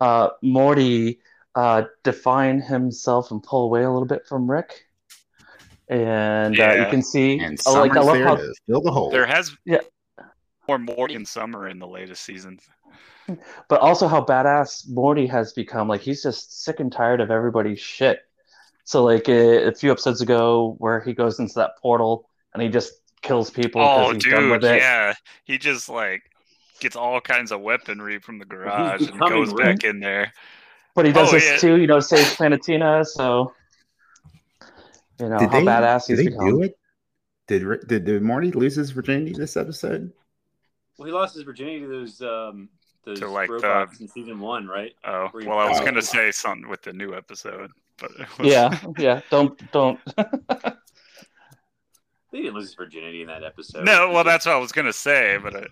uh, Morty uh, define himself and pull away a little bit from Rick, and uh, you Yeah. can see And I like I Summer's love there how to fill the hole. There has Yeah. more Morty and Summer in the latest season. but also how badass Morty has become. Like he's just sick and tired of everybody's eh, shit. So like a, a few episodes ago, where he goes into that portal and he just kills people. 'cause Oh, he's done dude, with it. yeah. He just like gets all kinds of weaponry from the garage and becoming goes rich. back in there. But he does Oh, this yeah. too, you know, saves Planetina, so you know Did how they- badass Did he's they become. do it? Did, Ri- did did Marty lose his virginity this *laughs* episode? Well, he lost his virginity to those um those To, like, uh, the- robots in season one, right? Oh, Where he- well, I was Oh. gonna say something with the new episode, but it was- Yeah, yeah. Don't don't They didn't lose his virginity in that episode. No, well, that's what I was gonna say, but I,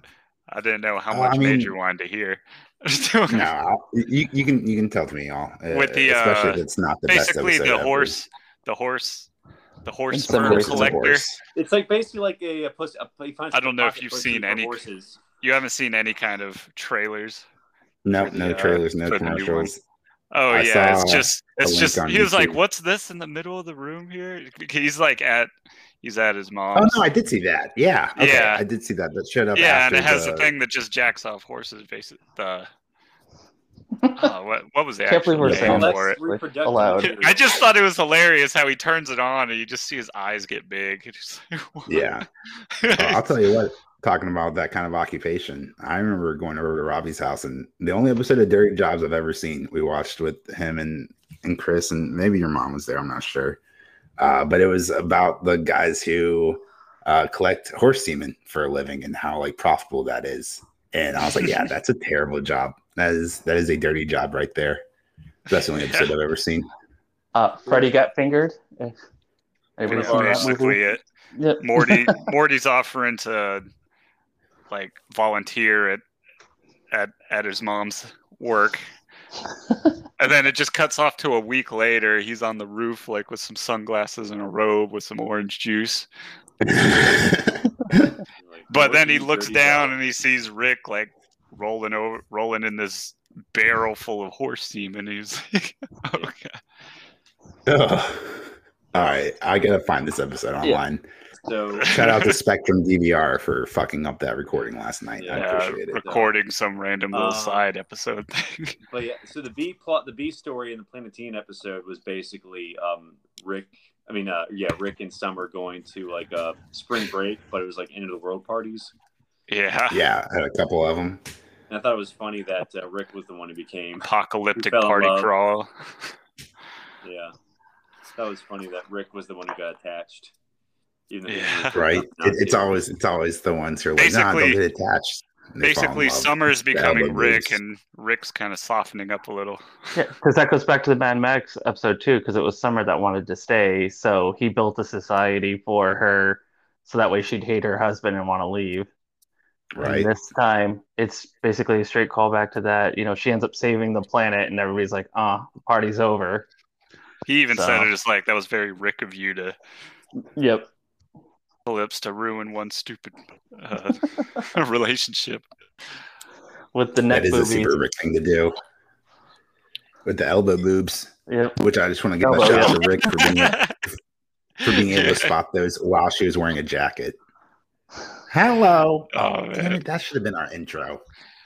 I didn't know how Uh, much I mean- Major wanted to hear. *laughs* No, I'll- you, you can you can tell to me all. uh, With the, especially uh, if it's not the basically best episode the ever. horse, the horse, the horse It's the sperm horse, it's the collector. horse. it's like basically like a, a pussy. A, he finds I don't know if pocket you've pussy seen for any- horses. You haven't seen any kind of trailers. No, for the, no uh, trailers, no for the new one. commercials. Oh I yeah, it's saw just a it's link just on he was like, YouTube. "What's this in the middle of the room here?" He's like at he's at his Oh mom's. no, I did see that. Yeah, okay, Yeah. I did see that. That showed up. yeah, after and it has the, the thing that just jacks off horses. Basically, *laughs* the oh, what what was the Can't believe actual we're name saying Unless for it? reproductive Allowed. material. *laughs* I just thought it was hilarious how he turns it on and you just see his eyes get big. *laughs* It's just like, what? *laughs* Yeah, Oh, Well, I'll tell you what. Talking about that kind of occupation, I remember going over to Robbie's house, and the only episode of Dirty Jobs I've ever seen we watched with him and and Chris, and maybe your mom was there. I'm not sure, uh, but it was about the guys who uh, collect horse semen for a living and how like profitable that is. And I was like, *laughs* yeah, that's a terrible job. That is that is a dirty job right there. That's *laughs* the only episode I've ever seen. *laughs* uh Freddy got fingered. Eh. That Anybody was seen that basically movie? it. Yep. *laughs* Morty Morty's offering to like volunteer at at at his mom's *laughs* work. and then it just cuts off to a week later. He's on the roof like with some sunglasses and a robe with some orange juice. Like, But then he horses, looks dirty down dogs. and he sees Rick like rolling over rolling in this barrel full of horse semen. He's like, *laughs* oh, God. Ugh. All right, I gotta find this episode online. So Shout out to Spectrum DVR for fucking up that recording last night. I Yeah. appreciate *laughs* it. *laughs* recording some random little Um, side episode thing. *laughs* But yeah, so the B plot, the B story in the Planetine episode was basically um, Rick. I mean, uh, yeah, Rick and Summer going to like a spring break, but it was like end of the world parties. yeah. Yeah, I had a couple of them. And I thought it was funny that uh, Rick was the one who became. Apocalyptic We fell in party love. crawl. Yeah, that was funny that Rick was the one who got attached. Even though he Yeah. was- Right? It, it's Yeah. always it's always the ones who are like, nah, don't Basically- get attached. And they fall in Basically, love. Summer's Bad becoming love Rick, news. and Rick's kind of softening up a little. Yeah, because that goes back to the Mad Max episode too, because it was Summer that wanted to stay, so he built a society for her, so that way she'd hate her husband and want to leave. And right. this time, it's basically a straight callback to that. You know, she ends up saving the planet, and everybody's like, "Ah, party's over." He even said So- it was like that was very Rick of you to *laughs* Yep. Ellipse to ruin one stupid uh, *laughs* relationship. With the neck That is a boobies. super Rick thing to do. With the elbow boobs, Yep. which I just want to give a Elbow, shout out to Rick for being yeah, for being able to spot those while she was wearing a jacket. Hello. Oh, damn man. it, that should have been our intro.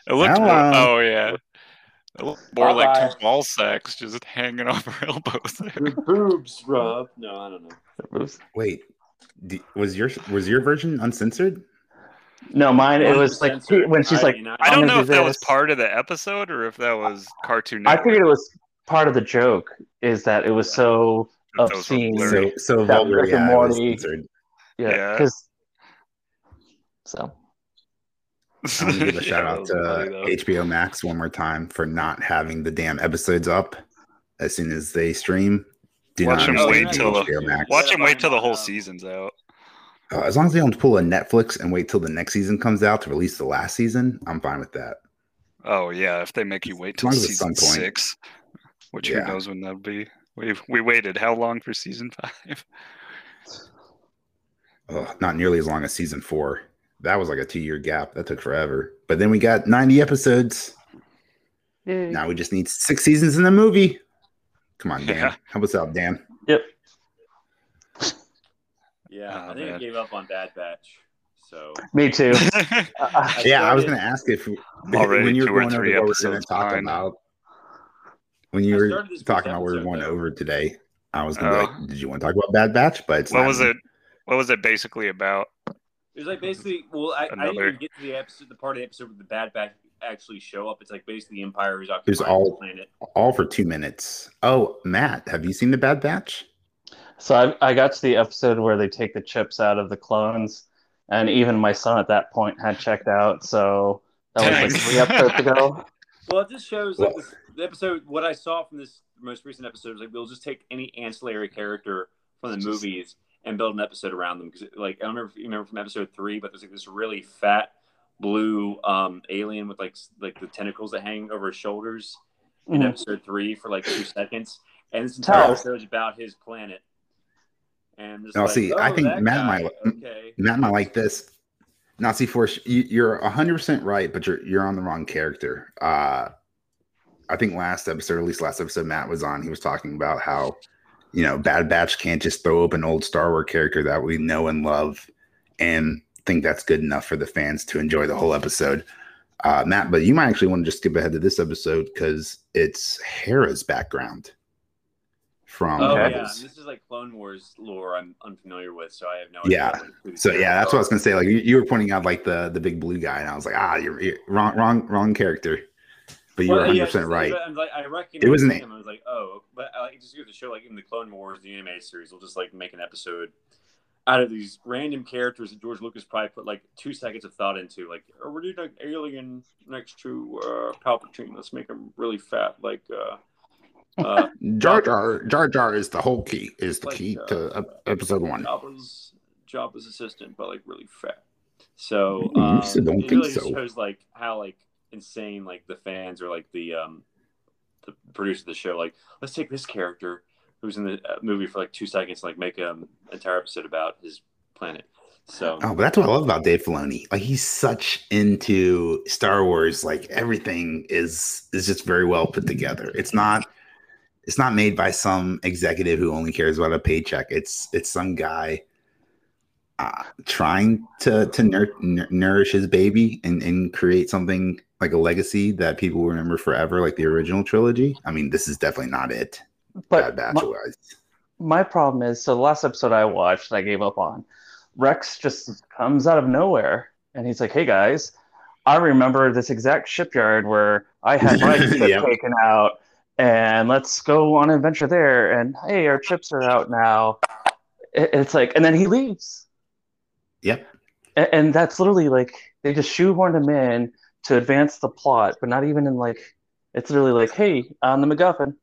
it looked more, Hello. oh yeah, it looked more like Bye-bye. two ball sacks just hanging *laughs* off her elbows. There. Your boobs rub. No, I don't know. Wait, d was your was your version uncensored? No, mine. It was like Censored. when she's I- like, you know, I don't Honest know if that was exists. part of the episode or if that was Cartoon I Network. figured it was part of the joke is that it was so but those were obscene. blurry. So so That vulgar, Rick and yeah, it was Morty- censored. yeah Yeah. 'cause- so *laughs* I'm gonna give a shout Yeah, out that was funny, to though. HBO Max one more time for not having the damn episodes up as soon as they stream. Do Watch not 'em understand wait till the- HBO Max. Watch him Yeah, wait till the I'm, whole uh, season's out. Uh, as long as they don't pull a Netflix and wait till the next season comes out to release the last season, I'm fine with that. Oh yeah, if they make you wait As till long as it's season on point. six, which Yeah. who knows when that'll be. We we waited how long for season five? *laughs* Ugh, not nearly as long as season four. That was like a two year gap. That took forever. But then we got 90 episodes. Now we just need six seasons in the movie. Come on, Dan. Yeah. Help us out, Dan. Yeah, Oh, I think man. I gave up on Bad Batch. So *laughs* me too. Uh, I yeah, I was started- going to ask if Already when you two were or going over three what we we're going episodes to talk behind. about when you I were started this week's talking about what we were episode, going though. over today. I was going to Oh. be like, did you want to talk about Bad Batch? But it's what not was in- it? What was it basically about? *laughs* It was like basically, well, I, I didn't Another- even get to the episode, the part of the episode where the bad guys actually show up. It's like basically the Empire is It's occupying all- the planet. All for two minutes. Oh, Matt, have you seen the Bad Batch? So I, I got to the episode where they take the chips out of the clones, and even my son at that point had checked out. So that was Dang. like three episodes *laughs* ago. Well, it just shows like Well- this, the episode. What I saw from this most recent episode was like we'll just take any ancillary character from the movies and build an episode around them. Because like I don't remember if you remember from episode three, but there's like this really fat blue um, alien with like s- like the tentacles that hang over his shoulders in Mm-hmm. Mhm. episode three for like two seconds, and this entire Tell. episode is about his planet. And just Now, like, see, I oh, think that Matt guy, might- okay. Matt might like this. Now, see, for you, you're 100 percent right, but you're you're on the wrong character. Uh, I think last episode, or at least last episode, Matt was on. He was talking about how you know Bad Batch can't just throw up an old Star Wars character that we know and love, and think that's good enough for the fans to enjoy the whole episode. Uh, Matt, but you might actually want to just skip ahead to this episode because it's Hera's background from Oh yeah, Okay. and Rebels. this is like Clone Wars lore I'm unfamiliar with, so I have no Yeah. idea. what So yeah, that's what I what's. was gonna say. Like you, you were pointing out like the the big blue guy, and I was like, ah, you're, you're wrong, wrong, wrong character. But you were Well, 100 yeah, percent just- right. but I'm like, I reckon It was an- I was like, oh, but uh, it just goes to show, like in the Clone Wars, the anime series, we'll just like make an episode out of these random characters that George Lucas probably put like two seconds of thought into. Like, oh, we're doing an alien next to uh, Palpatine. Let's make him really fat, like. Uh, uh, Jar Jar Jar Jar is the whole key. Is the like, key uh, to ep- episode one. Jabba's Jabba's assistant, but like really fat. So Mm, um, so don't it think really just so. shows like how like insane like the fans or like the um the producer of the show like let's take this character who's in the uh, movie for like two seconds like make an entire episode about his planet. So Oh, but that's what I love about Dave Filoni. Like he's such into Star Wars. Like everything is is just very well put together. It's not it's not made by some executive who only cares about a paycheck. It's it's some guy uh, trying to to nour- nour- nourish his baby and and create something like a legacy that people will remember forever, like the original trilogy. I mean, this is definitely not it. Bad But Batch my, wise. my problem is, so the last episode I watched, I gave up on. Rex just comes out of nowhere, and he's like, "Hey guys, I remember this exact shipyard where I *laughs* had my chip Yep. taken out, and let's go on an adventure there. And hey, our chips are out now." It- it's like, and then he leaves. Yep. and, and that's literally like they just shoehorned him in to advance the plot, but not even in like it's literally like, hey, on the MacGuffin.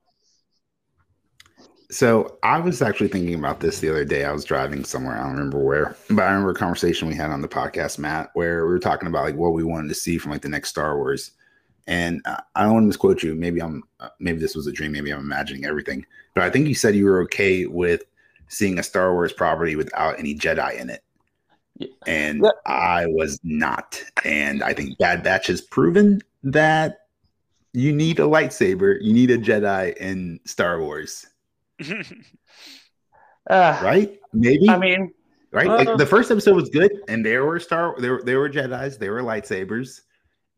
So I was actually thinking about this the other day. I was driving somewhere. I don't remember where, but I remember a conversation we had on the podcast, Matt, where we were talking about like what we wanted to see from like the next Star Wars. And uh, I don't want to misquote you. Maybe I'm, uh, maybe this was a dream. Maybe I'm imagining everything. But I think you said you were okay with seeing a Star Wars property without any Jedi in it. Yeah. And Yeah. I was not. And I think Bad Batch has proven that you need a lightsaber, you need a Jedi in Star Wars Uh, right? Maybe I mean, right. Uh, Like, the first episode was good, and there were star, there were- there were Jedi's, there were lightsabers,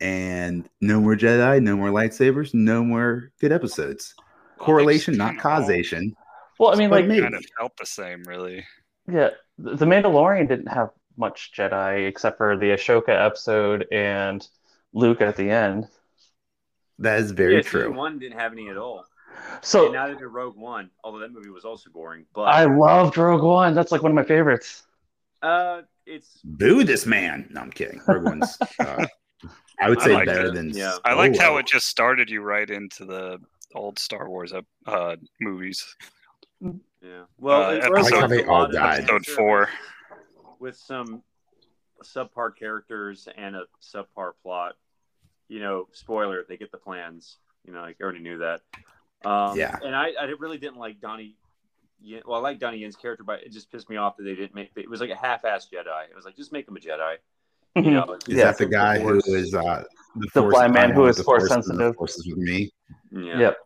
and no more Jedi, no more lightsabers, no more good episodes. Correlation, not causation. well, I mean, But like, maybe- Kind of felt the same, really. yeah, The The Mandalorian didn't have much Jedi except for the Ashoka episode and Luke at the end. That is very Yeah, season true. One didn't have any at all. So and neither did Rogue One, although that movie was also boring. But I loved Rogue One. That's like one of my favorites. uh, it's Boo this man. No, I'm kidding. *laughs* Everyone's. Uh, I would I say liked better it. than. Yeah. I liked how Solo. it just started you right into the old Star Wars ep- uh, movies. yeah. Well, Uh, it I was like how a they all lot of died. Episode fanservice. four. with some subpar characters and a subpar plot. You know, spoiler, they get the plans. You know, like, I already knew that. Um, Yeah. And I, I really didn't like Donnie. Yen. Well, I like Donnie Yen's character, but it just pissed me off that they didn't make. It was like a half-assed Jedi. It was like, just make him a Jedi. Mhm. You *laughs* know, like, Is Yeah. that the guy who is uh, the, blind man who I'm is the force and the sensitive. Force is with me. Yeah. Yep.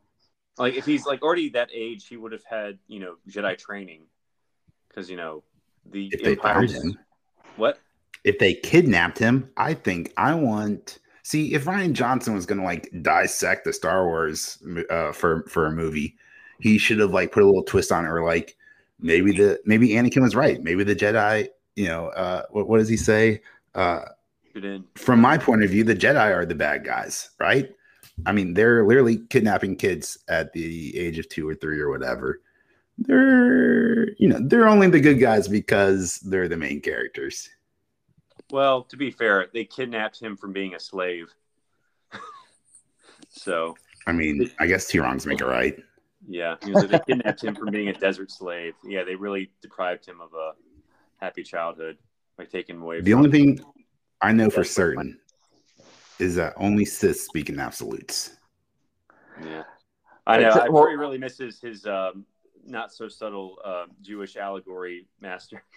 Like if he's like already that age, he would have had you know Jedi training, because you know the If they found Empire's- him. What? if they kidnapped him, I think I want. See, if Ryan Johnson was going to like dissect the Star Wars uh, for for a movie, he should have like put a little twist on it, or like maybe the maybe Anakin was right. Maybe the Jedi you know, uh, what, what does he say? Uh, Shoot in. from my point of view, the Jedi are the bad guys, right? I mean, they're literally kidnapping kids at the age of two or three or whatever. They're, you know, they're only the good guys because they're the main characters. Well, to be fair, they kidnapped him from being a slave. *laughs* so, I mean, I guess two wrongs make a right. yeah, he was- they kidnapped him from being a desert slave. Yeah, they really deprived him of a happy childhood by taking him away. The only thing I know for certain is that only Sith speak in absolutes. Yeah, I know. It's- I well- really, really misses his um, not so subtle uh, Jewish allegory master. *laughs*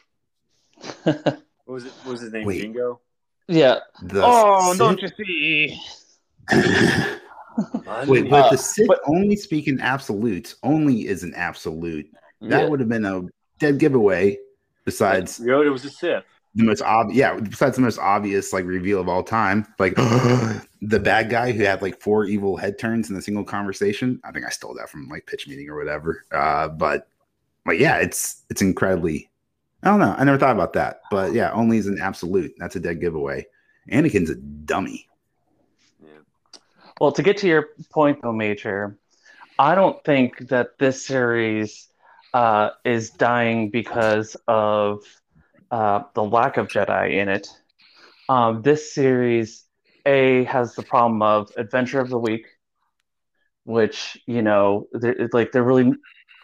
What was it? What was his name? Wait. Jingo. yeah. The Oh, Sith- *laughs* don't you see? Wait, but Uh, the Sith but- only speak in absolutes. Only is an absolute. That Yeah. would have been a dead giveaway. Besides Yoda was a Sith. the most obvious, yeah. Besides the most obvious like reveal of all time, like the bad guy who had like four evil head turns in a single conversation. I think I stole that from like pitch meeting or whatever. Uh, but but yeah, it's it's incredibly. I don't know. I never thought about that. But yeah, only is an absolute. That's a dead giveaway. Anakin's a dummy. Well, to get to your point, though, Major, I don't think that this series uh, is dying because of uh, the lack of Jedi in it. Um, this series, A, has the problem of Adventure of the Week, which, you know, they're, it's like they're really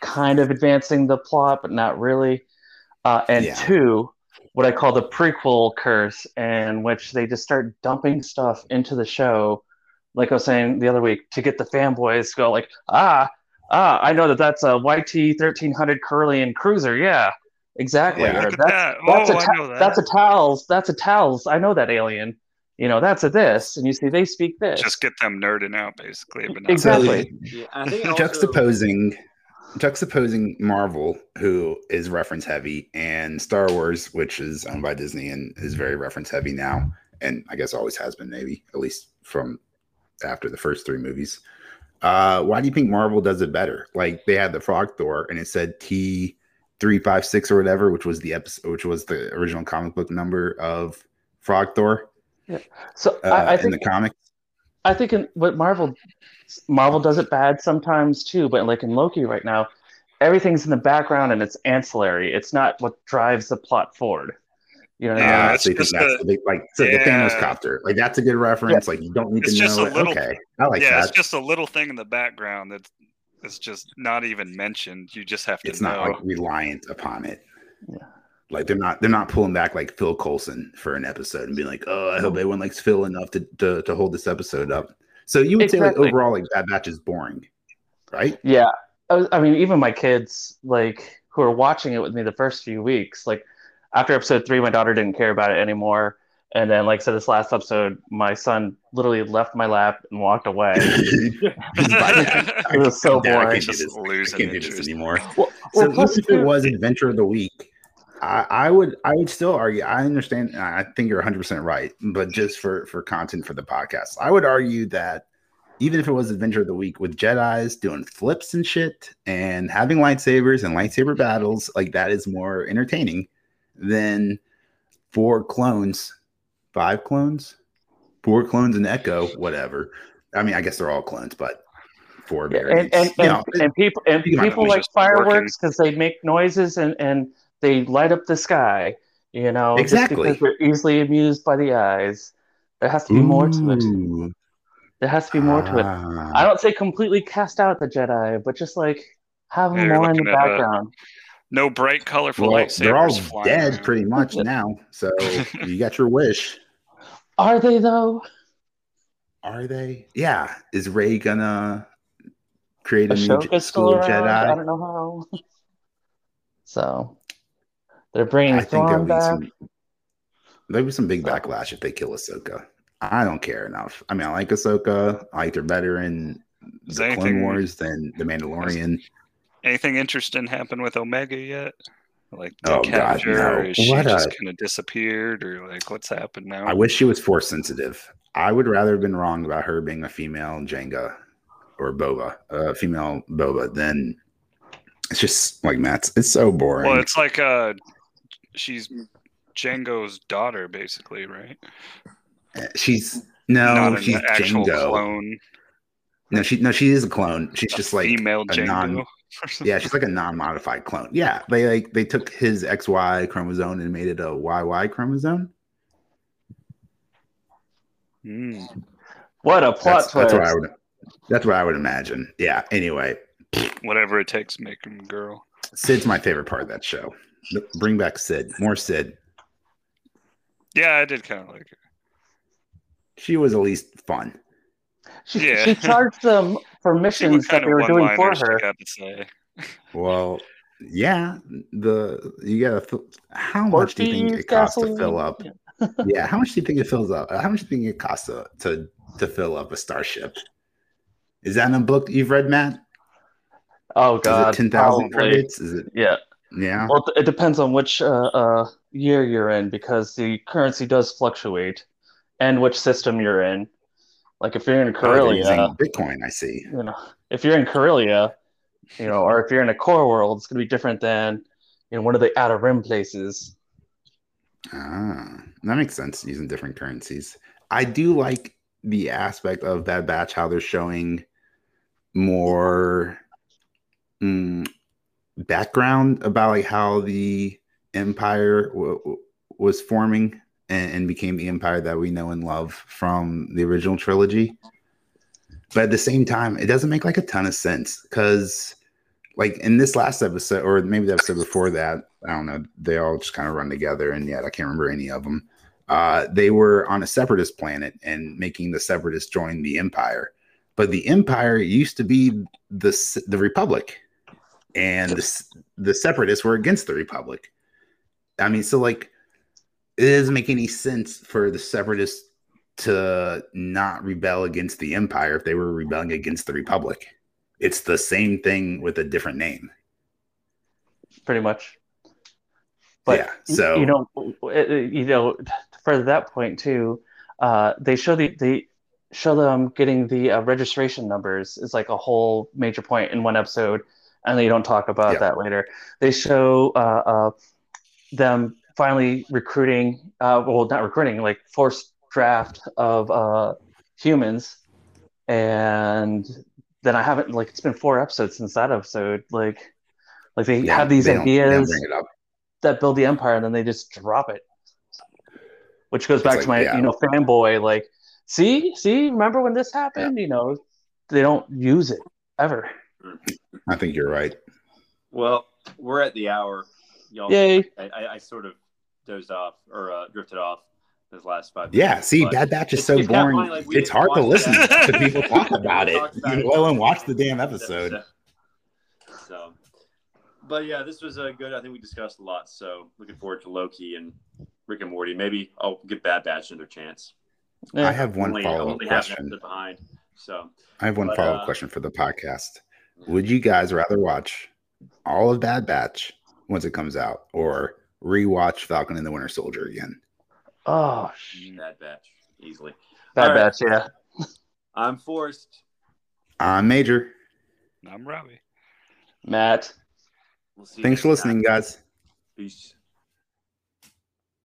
kind of advancing the plot, but not really. Uh, and Yeah. two, what I call the prequel curse, in which they just start dumping stuff into the show like I was saying the other week, to get the fanboys to go like, ah, ah, I know that that's a YT thirteen hundred curly and cruiser. Yeah, exactly. Yeah. Or Look at that's that. that's oh, a I ta- know that. that's a towels. That's a towels. I know that alien. You know, that's a this. And you see, they speak this. Just get them nerding out, basically. But not exactly. Yeah, and I think it also- juxtaposing juxtaposing Marvel, who is reference heavy, and Star Wars, which is owned by Disney and is very Mm-hmm. reference heavy now, and I guess always has been, maybe at least from after the first three movies. Uh, why do you think Marvel does it better? Like they had the Frog Thor, and it said T three five six or whatever, which was the episode, which was the original comic book number of Frog Thor So uh, I, I in think the comic. I think in, what Marvel Marvel does it bad sometimes too, but like in Loki right now, everything's in the background and it's ancillary. It's not what drives the plot forward. You know what I mean? Yeah, Yeah, it's so you think just that's a- the big, like so the Thanos yeah. copter. Like that's a good reference. Like you don't need It's to just know. a it. little- okay, I like yeah, that. it's just a little thing in the background that's that's just not even mentioned. You just have to it's know. not *laughs* like reliant upon it. Yeah. Like they're not they're not pulling back like Phil Coulson for an episode and being like, oh, I hope Mm-hmm. everyone likes Phil enough to to, to hold this episode up. So you would say Exactly. like overall like Bad Batch is boring, right? *laughs* Yeah, I, was- I mean, even my kids, like who are watching it with me the first few weeks, like after episode three, my daughter didn't care about it anymore, and then like I said, this last episode, my son literally left my lap and walked away. Bye. It was so Dad, I boring. can't do Just this. I losing can't do this interest. anymore. *laughs* Well, So well, plus even if too- it was adventure of the week, I, I would I would still argue. I understand. and I think you're 100 percent right, but just for for content for the podcast, I would argue that even if it was adventure of the week with Jedi's doing flips and shit and having lightsabers and lightsaber battles, like that is more entertaining than four clones, five clones, four clones and Echo, whatever. I mean, I guess they're all clones, but four Yeah, variants. and, and, You know, and, and people and You might people be like just working. fireworks because they make noises and, and they light up the sky. You know, just Exactly. because they're easily amused by the eyes. There has to be more to it. Ooh. There has to be more to it. Ah. I don't say completely cast out the Jedi, but just like have Yeah, them you're more in the looking at, uh, background. *laughs* no bright, colorful Well, lightsabers. they're all flying dead around. pretty *laughs* much now. So you got your wish. Are they though? Are they? Yeah. Is Ray gonna create a new Je- Ashoka's still school of around. I Jedi? don't know how. *laughs* so they're bringing I think there'll Thrawn be back. some there'll be some big backlash if they kill Ahsoka. I don't care enough. I mean, I like Ahsoka. I like they're better in Is the Clone anything- Wars than the Mandalorian. Anything interesting happened with Omega yet? Like the Oh, God, capture, no. or is she What a- just kind of disappeared, or like what's happened now? I wish she was force sensitive. I would rather have been wrong about her being a female Jenga or Boba, a female Boba, than it's just like Matt's. It's so boring. well, it's like uh, she's Django's daughter, basically, right? She's no, Not an she's actual Django. clone. No, she no, she is a clone. She's just like female Django. non- or something. yeah, she's like a non-modified clone. Yeah, they like they took his XY chromosome and made it a YY chromosome. Mm. What a plot That's, that's twist! what I would. That's what I would imagine. Yeah. Anyway, Whatever it takes, to make him a girl. Sid's my favorite part of that show. Bring back Sid. More Sid. Yeah, I did kind of like it. She was at least fun. she, Yeah. she charged them *laughs* for See what missions that kind they of were doing for one-liners her. she got to say. Well, yeah. The you gotta. Fill, how much do you think Tortillas, it costs to gasoline. fill up? Yeah. How much do you think it fills up? How much do you think it costs to to, to fill up a starship? Is that in a book you've read, Matt? Oh Is god, it ten thousand probably. credits? Is it? Yeah. Yeah. Well, it depends on which uh, uh, year you're in because the currency does fluctuate, and which system you're in. Like if you're in Oh, they're using Corellia, Bitcoin. I see. you know, if you're in Corellia, you know, or if you're in a core world, it's gonna be different than in one of the outer rim places. Ah, that makes sense using different currencies. I do like the aspect of Bad Batch how they're showing more mm, background about like how the empire w- w- was forming and, and became the empire that we know and love from the original trilogy. But at the same time, it doesn't make like a ton of sense because like in this last episode, or maybe the episode before that, I don't know. They all just kind of run together, and yet I can't remember any of them. Uh, they were on a separatist planet and making the separatists join the empire, but the empire used to be the s- the republic, and the, s- the separatists were against the republic. I mean, so like, it doesn't make any sense for the separatists to not rebel against the empire if they were rebelling against the republic. It's the same thing with a different name. pretty much. But Yeah, y- so- you know, w- w- you know, to further that point too, uh, they show the they show them getting the uh, registration numbers is like a whole major point in one episode, and they don't talk about Yeah. that later. They show uh, uh, them finally recruiting, uh, well, not recruiting, like forced draft of uh, humans, and then I haven't like it's been four episodes since that episode, like. Like they Yeah, have these they don't- they don't ideas bring it up. that build the empire and then they just drop it which goes back like, to my yeah. you know fanboy like see see remember when this happened you know they don't use it ever I think you're right. Well, we're at the hour, Oh. y'all. yay I, I, I sort of dozed off or uh, drifted off those last five. Yeah, see, But Bad Batch is it's- so it's that boring. line, like, we it's didn't hard to watch listen that. *laughs* to people talk about it. Talked You go and watch the damn episode. So, but yeah, this was a good. I think we discussed a lot. So looking forward to Loki and Rick and Morty. Maybe I'll give Bad Batch another chance. I Yeah. have one Only- uh, follow up only half an question. episode behind. So I have one but, follow up uh, question for the podcast. Would you guys rather watch all of Bad Batch once it comes out or rewatch Falcon and the Winter Soldier again? oh sh- Bad Batch easily. bad All right. batch yeah I'm forced. I'm Major. I'm Robbie. matt We'll see you Thanks for next time. listening, guys. Peace.